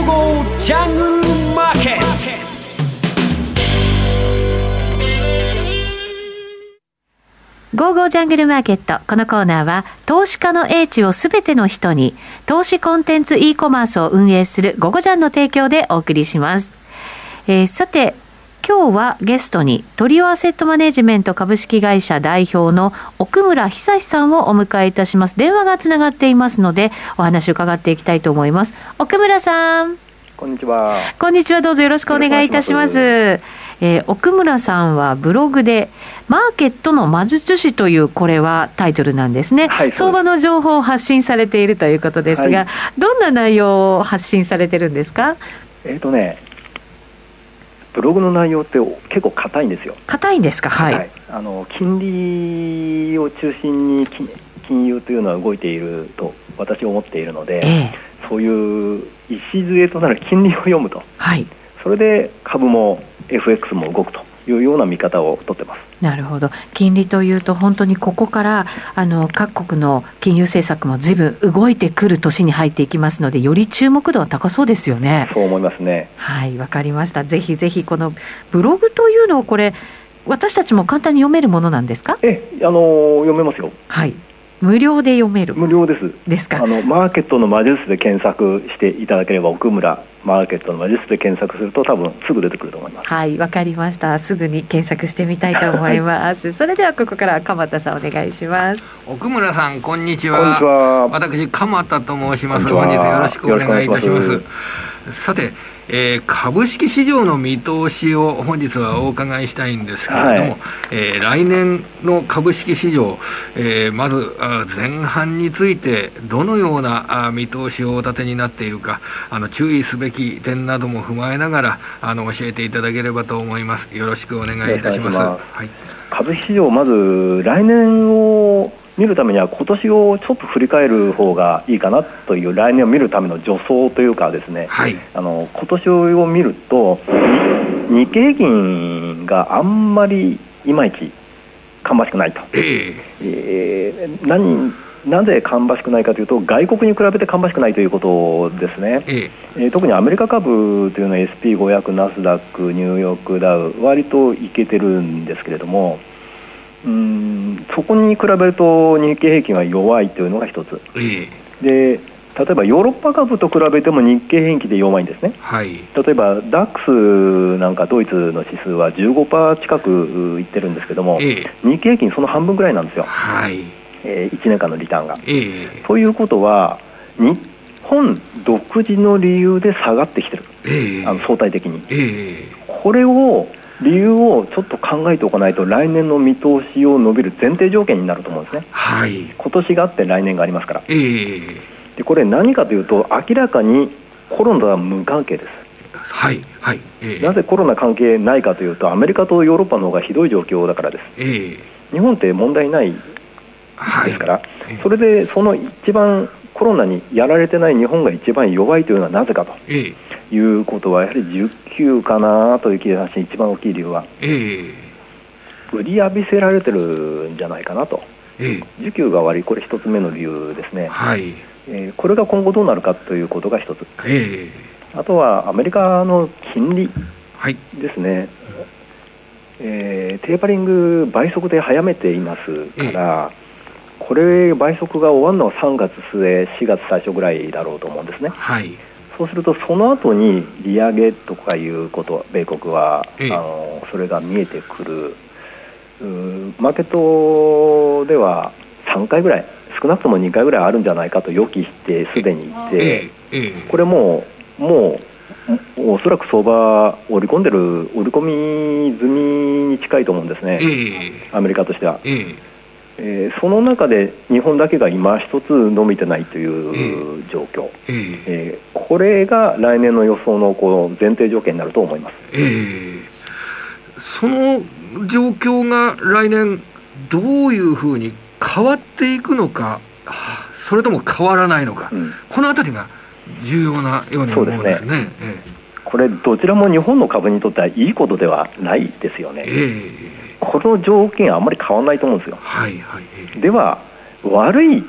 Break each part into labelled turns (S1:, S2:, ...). S1: ジャングルマーケット
S2: ゴーゴージャングルマーケット。このコーナーは、投資家の英知をすべての人に、投資コンテンツ e コマースを運営するゴゴジャンの提供でお送りします。えーさて、今日はゲストに、トリオアセットマネジメント株式会社代表の奥村久志さんをお迎えいたします。電話がつながっていますので、お話を伺っていきたいと思います。奥村さん。
S3: こんにちは。
S2: こんにちはどうぞよろしくお願いいたします。えー奥村さんはブログでマーケットの魔術師というこれはタイトルなんですね。
S3: はいそうです
S2: 相場の情報を発信されているということです
S3: は
S2: が、どんな内容を発信されてるんですか？
S3: えっ、とね、ブログの内容って結構硬いんですよ。
S2: 硬いんですか？はい。
S3: はいあの金利を中心に金金融というのは動いていると私は思っているの
S2: え
S3: で、
S2: え
S3: そういう礎となる 金利を読むと、
S2: はい。
S3: それで株も FX も動くというような見方をとってます。
S2: なるほど金利というと本当にここからあの各国の金融政策も随分動いてくる年に入っていきますのでより注目度は高そうですよね。
S3: そう思いますね。
S2: はい、わかりました。ぜひぜひこのブログというのをこれ私たちも簡単に読めるものなんですか？
S3: え、あの読めますよ。
S2: はい、無料で読める
S3: 無料です。
S2: です
S3: あ
S2: か？
S3: のマーケットの魔術で検索していただければ奥村マーケットの魔術で検索すると多分すぐ出てくると思います。
S2: はい、わかりました。すぐに検索してみたいと思います。それではここから鎌田さんお願いします。
S4: 奥村さんこんにちは
S3: こんにちは
S4: 私鎌田と申します
S3: こん
S4: 本
S3: に
S4: 日
S3: ちは
S4: よろしくお願いいたし
S3: よ
S4: ま
S3: ろしくお
S4: す
S3: 願いし
S4: さて、えー株式市場の見通しを本日はお伺いしたいんですけれども、
S3: はい
S4: えー来年の株式市場、えーまずあ前半についてどのようなあ見通しをお立てになっているかあの注意すべき点なども踏まえながらあの教えていただければと思いますよろしくお願いいたします
S3: よろしくお願いします
S4: はい
S3: 株式市場まず来年を見るためには今年をちょっと振り返る方がいいかなという来年を見るための助走というかですね、
S4: はい
S3: あの今年を見ると日経平均があんまりいまいち芳しくないと、
S4: ええ
S3: えー何なぜ芳しくないかというと外国に比べて芳しくないということですね。
S4: ええ
S3: えー特にアメリカ株というのは SP500、ナスダック、ニューヨークダウ、割といけてるんですけれども、うーんそこに比べると日経平均は弱いというのが一つ
S4: ええ
S3: で、例えばヨーロッパ株と比べても日経平均で弱いんですね。
S4: はい
S3: 例えばダックスなんかドイツの指数は15%近くいってるんですけども、
S4: ええ
S3: 日経平均その半分ぐらいなんですよ、
S4: はい。
S3: え1年間のリターンが。
S4: ええ
S3: ということは、日本独自の理由で下がってきてる。
S4: ええ
S3: あの相対的に、
S4: ええ
S3: これを理由をちょっと考えておかないと、来年の見通しを伸びる前提条件になると思うんですね、
S4: はい。
S3: 今年があって来年がありますから、
S4: ええ
S3: でこれ、何かというと、明らかにコロナとは無関係です、
S4: はい。はい。ええ
S3: なぜコロナ関係ないかというと、アメリカとヨーロッパの方がひどい状況だからです、
S4: ええ
S3: 日本って問題ないで
S4: はい。
S3: すから
S4: ええ、
S3: それでその一番コロナにやられてない日本が一番弱いというのはなぜかと
S4: ええ
S3: いうことは、やはり19かなという気がして、一番大きい理由は。
S4: ええ
S3: 売り浴びせられてるんじゃないかなと、
S4: え
S3: 需給が悪い、これ、一つ目の理由です
S4: え
S3: ね、
S4: はい。
S3: えーこれが今後どうなるかということが一つ、
S4: ええ
S3: あとはアメリカの金利
S4: はい。
S3: ですね、えーテーパリング、倍速で早めていますから、これ、倍速が終わるのは3月末、4月最初ぐらいだろうと思うんですね。
S4: はい。
S3: そうすると、その後に利上げとかいうこと、米国は、
S4: ええ
S3: あのそれが見えてくる、うーマーケットでは3回ぐらい、少なくとも2回ぐらいあるんじゃないかと予期して、すでにいて、
S4: ええええ
S3: これもう、もう、おおそらく相場、織り込んでる、織り込み済みに近いと思うんですね、
S4: ええ
S3: アメリカとしては。
S4: ええ
S3: えーその中で、日本だけが今一つ伸びてないという状況。
S4: ええ
S3: えーこれが来年の予想のこう前提条件になると思います。
S4: ええその状況が来年どういうふうに変わっていくのか、はあそれとも変わらないのか、
S3: うん
S4: このあたりが重要なように思うんです
S3: そうです
S4: ね。ええ
S3: これどちらも日本の株にとってはいいことではないですよね。
S4: ええ
S3: この条件はあんまり変わらないと思うんですよ。
S4: はいはいえ
S3: では悪い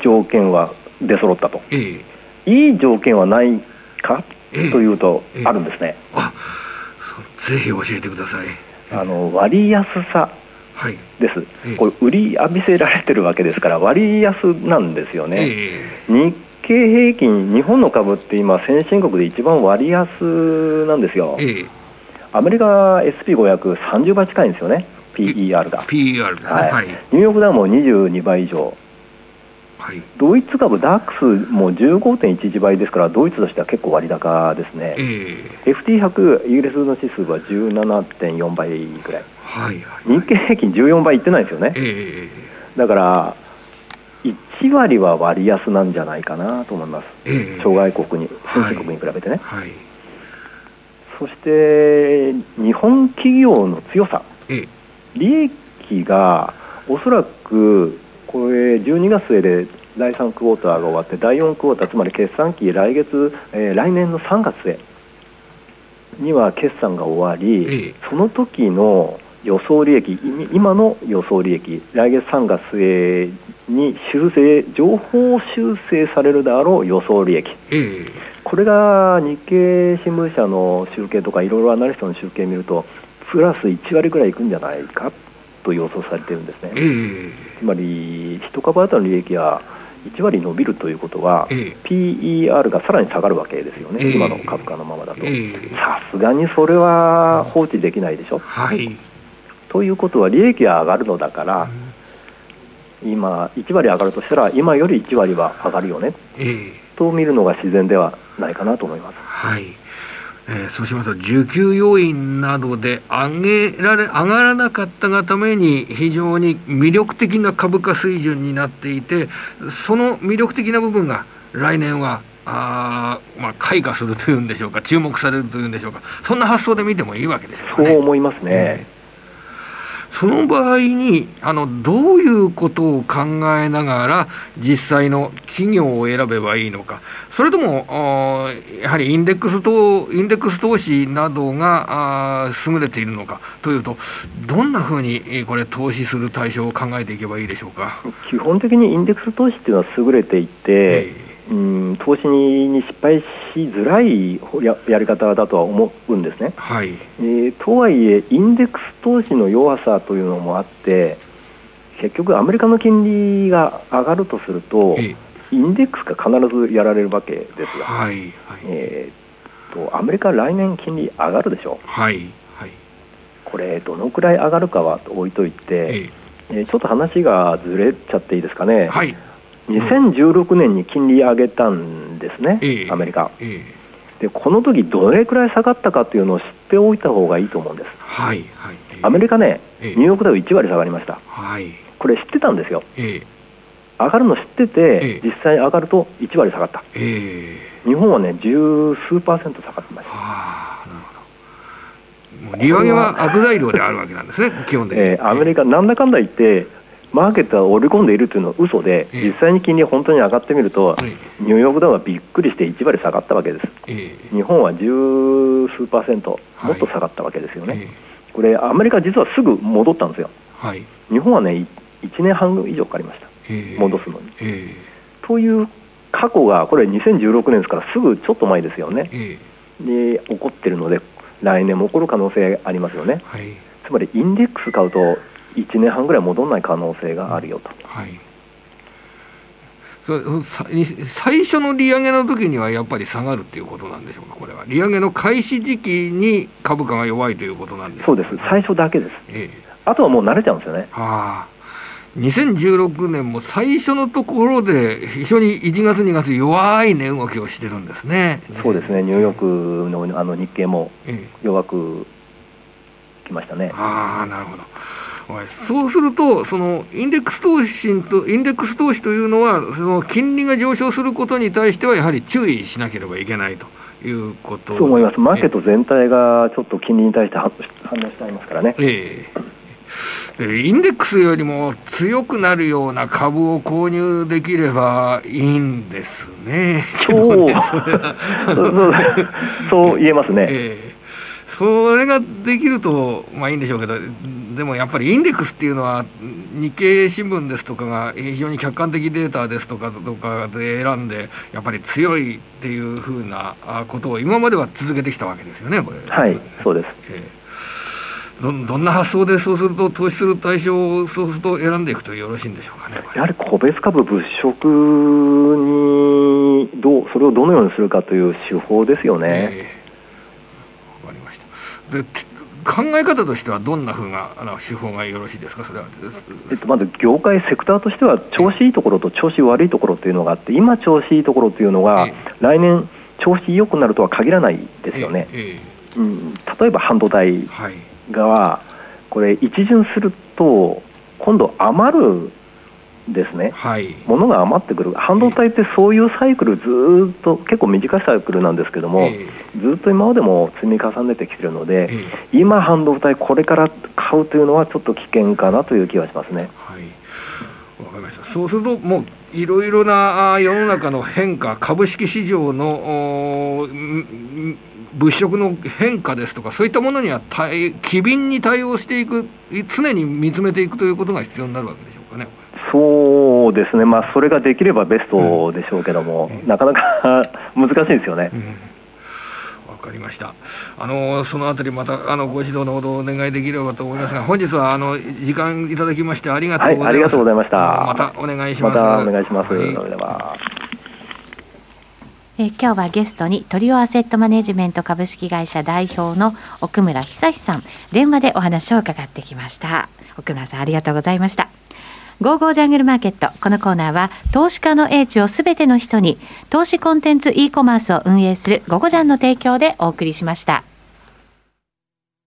S3: 条件は出揃ったと。
S4: ええ
S3: いい条件はないか
S4: えええ
S3: というと
S4: ええ
S3: あるんですね、
S4: あそぜひ教えてください
S3: あの割安さ
S4: はい
S3: です
S4: ええ
S3: これ売り浴びせられてるわけですから割安なんですよね、
S4: ええ
S3: 日経平均日本の株って今先進国で一番割安なんですよ
S4: ええ
S3: アメリカ SP530 倍近いんですよね PER が、
S4: PR ですね
S3: は
S4: はいい
S3: ニ
S4: はい、
S3: ューヨークダウンも22倍以上ドイツ株ダックスも15.11倍ですからドイツとしては結構割高ですね、
S4: ええ
S3: FT100 イギリスの指数は17.4倍ぐらい
S4: はいはい
S3: 日経平均14倍いってないんですよね
S4: ええ
S3: だから1割は割安なんじゃないかなと思います
S4: ええ
S3: 諸外国に
S4: はい
S3: 先進国に比べてね、
S4: はい
S3: そして日本企業の強さ
S4: ええ
S3: 利益がおそらくこれ12月末で第3クォーターが終わって第4クォーターつまり決算期来月、えー来年の3月末には決算が終わり、
S4: ええ
S3: その時の予想利益い今の予想利益来月3月末に修正情報修正されるであろう予想利益
S4: ええ
S3: これが日経新聞社の集計とかいろいろアナリストの集計見るとプラス1割ぐらいいくんじゃないかと予想されてるんですね
S4: え
S3: つまり1株当たりの利益が1割伸びるということは
S4: ええ
S3: PER がさらに下がるわけですよ
S4: え
S3: ね
S4: え
S3: 今の株価のままだと
S4: ええ
S3: さすがにそれは放置できないでしょ
S4: はい
S3: ということは利益は上がるのだから今1割上がるとしたら今より1割は上がるよね
S4: ええ
S3: と見るのが自然ではないかなと思います
S4: はい。えーそうしますと、需給要因などで上げられ、上がらなかったがために非常に魅力的な株価水準になっていて、その魅力的な部分が来年は、あーまあ、開花するというんでしょうか、注目されるというんでしょうか、そんな発想で見てもいいわけでしょうか
S3: そう
S4: ね。
S3: 思いますね、
S4: その場合にあのどういうことを考えながら実際の企業を選べばいいのかそれともあーやはりインデックス投インデックス投資などがあー優れているのかというとどんなふうにえーこれ投資する対象を考えていけばいいでしょうか。
S3: 基本的にインデックス投資っていうのは優れていて、うん投資に失敗しづらいややり方だとは思うんですね。
S4: はい、
S3: えーとはいえ、インデックス投資の弱さというのもあって、結局、アメリカの金利が上がるとすると、
S4: えー
S3: インデックスが必ずやられるわけですよ。
S4: はいはい
S3: えーっとアメリカ、来年金利上がるでしょ、
S4: はいはい
S3: これ、どのくらい上がるかは置いといて、
S4: え
S3: えーちょっと話がずれちゃっていいですかね。
S4: ーはい
S3: 2016年に金利上げたんですね、
S4: ええ
S3: アメリカ
S4: えー
S3: で、この時どれくらい下がったかというのを知っておいた方がいいと思うんです、
S4: はいはいえー
S3: アメリカね、
S4: え
S3: ニ
S4: え
S3: ューヨークダウ1割下がりました、
S4: はい
S3: これ知ってたんですよ、
S4: えー
S3: 上がるの知って
S4: え
S3: て、
S4: え
S3: 実際上がると1割下がった、
S4: えー
S3: 日本はね、十数パーセント下がってました。
S4: はあ、なるほど。もう利上げは悪材料であるわけなんですね、基本的に。
S3: えーアメリカ、なんだかんだ言って、マーケットは織り込んでいるというのは嘘で、
S4: ええ
S3: 実際に金利、本当に上がってみると、
S4: え
S3: ニューヨークダウはびっくりして1割下がったわけです。
S4: え
S3: 日本は十数パーセント、
S4: はい
S3: もっと下がったわけですよ
S4: え
S3: ね、
S4: え
S3: これ、アメリカ、実はすぐ戻ったんですよ、
S4: はい。
S3: 日本はね、1年半以上かかりました、
S4: ええ
S3: 戻すのに。
S4: え
S3: という過去が、これ、2016年ですから、すぐちょっと前ですよね
S4: え、ええ
S3: で起こってるので、来年も起こる可能性ありますよね、
S4: はい。
S3: つまりインデックス買うと、1年半ぐらい戻らない可能性があるよと。
S4: はい。そさ最初の利上げの時にはやっぱり下がるっていうことなんでしょうか、これは。利上げの開始時期に株価が弱いということなんでしょ
S3: そうです最初だけです、
S4: ええ
S3: あとはもう慣れちゃうんですよね、
S4: ああ2016年も最初のところで非常に1月2月弱い値動きをしてるんですね。
S3: そうですね、ニューヨークのあの日経も
S4: え
S3: 弱くきましたね
S4: え、。ああなるほど。はいそうするとそのインデックス投資とインデックス投資というのはその金利が上昇することに対してはやはり注意しなければいけないということ。
S3: そう思います、マーケッ
S4: ト。
S3: ト全体がちょっと金利に対して反反応してありますからね、
S4: ええでインデックスよりも強くなるような株を購入できればいいんですね。けどね
S3: そう
S4: それは
S3: そうそうそう言えますね、
S4: ええそれができると、まあいいんでしょうけど、でもやっぱりインデックスっていうのは日経新聞ですとかが非常に客観的データですとかとかで選んでやっぱり強いっていうふうなことを今までは続けてきたわけですよねこれ
S3: はいそうです、
S4: えーどんどんな発想でそうすると投資する対象をそうすると選んでいくとよろしいんでしょうかねこれ
S3: やはり個別株物色にどうそれをどのようにするかという手法ですよね、
S4: ええわかりました。で、て考え方としてはどんな風なあの手法がよろしいですか、それは。
S3: えっと、まず業界、セクターとしては調子いいところと調子悪いところというのがあって今、調子いいところというのが
S4: え
S3: 来年、調子良くなるとは限らないですよね、
S4: え
S3: うん、例えば半導体
S4: えはい。
S3: がこれ一巡すると今度余るんですね。
S4: はい。
S3: 物が余ってくる半導体ってそういうサイクルずーっと結構短いサイクルなんですけども、
S4: え
S3: ずーっと今までも積み重ねてきてるの
S4: ええ
S3: で、
S4: え
S3: 今、半導体、これから買うというのはちょっと危険かなという気はしますね。
S4: はい。わかりました。そうすると、もういろいろなあ世の中の変化、株式市場のおーんん物色の変化ですとか、そういったものには対機敏に対応していく、常に見つめていくということが必要になるわけでしょうかね。これ
S3: そうですね、まあ、それができればベストでしょうけども、なかなか 難しいですよね。
S4: うんわかりました。あのそのあたりまたあのご指導のほどお願いできればと思いますが、本日はあの時間いただきましてありがとうございます。
S3: はいありがとうございました
S4: あのまたお願いしま。
S3: ますたお願いします。そ
S4: は
S3: れ
S4: い
S3: では
S2: えー今日はゲストにトリオアセットマネジメント株式会社代表の奥村久志さん電話でお話を伺ってきました奥村さんありがとうございましたゴーゴージャングルマーケットこのコーナーは投資家の英知をすべての人に投資コンテンツ e コマースを運営するゴゴジャンの提供でお送りしました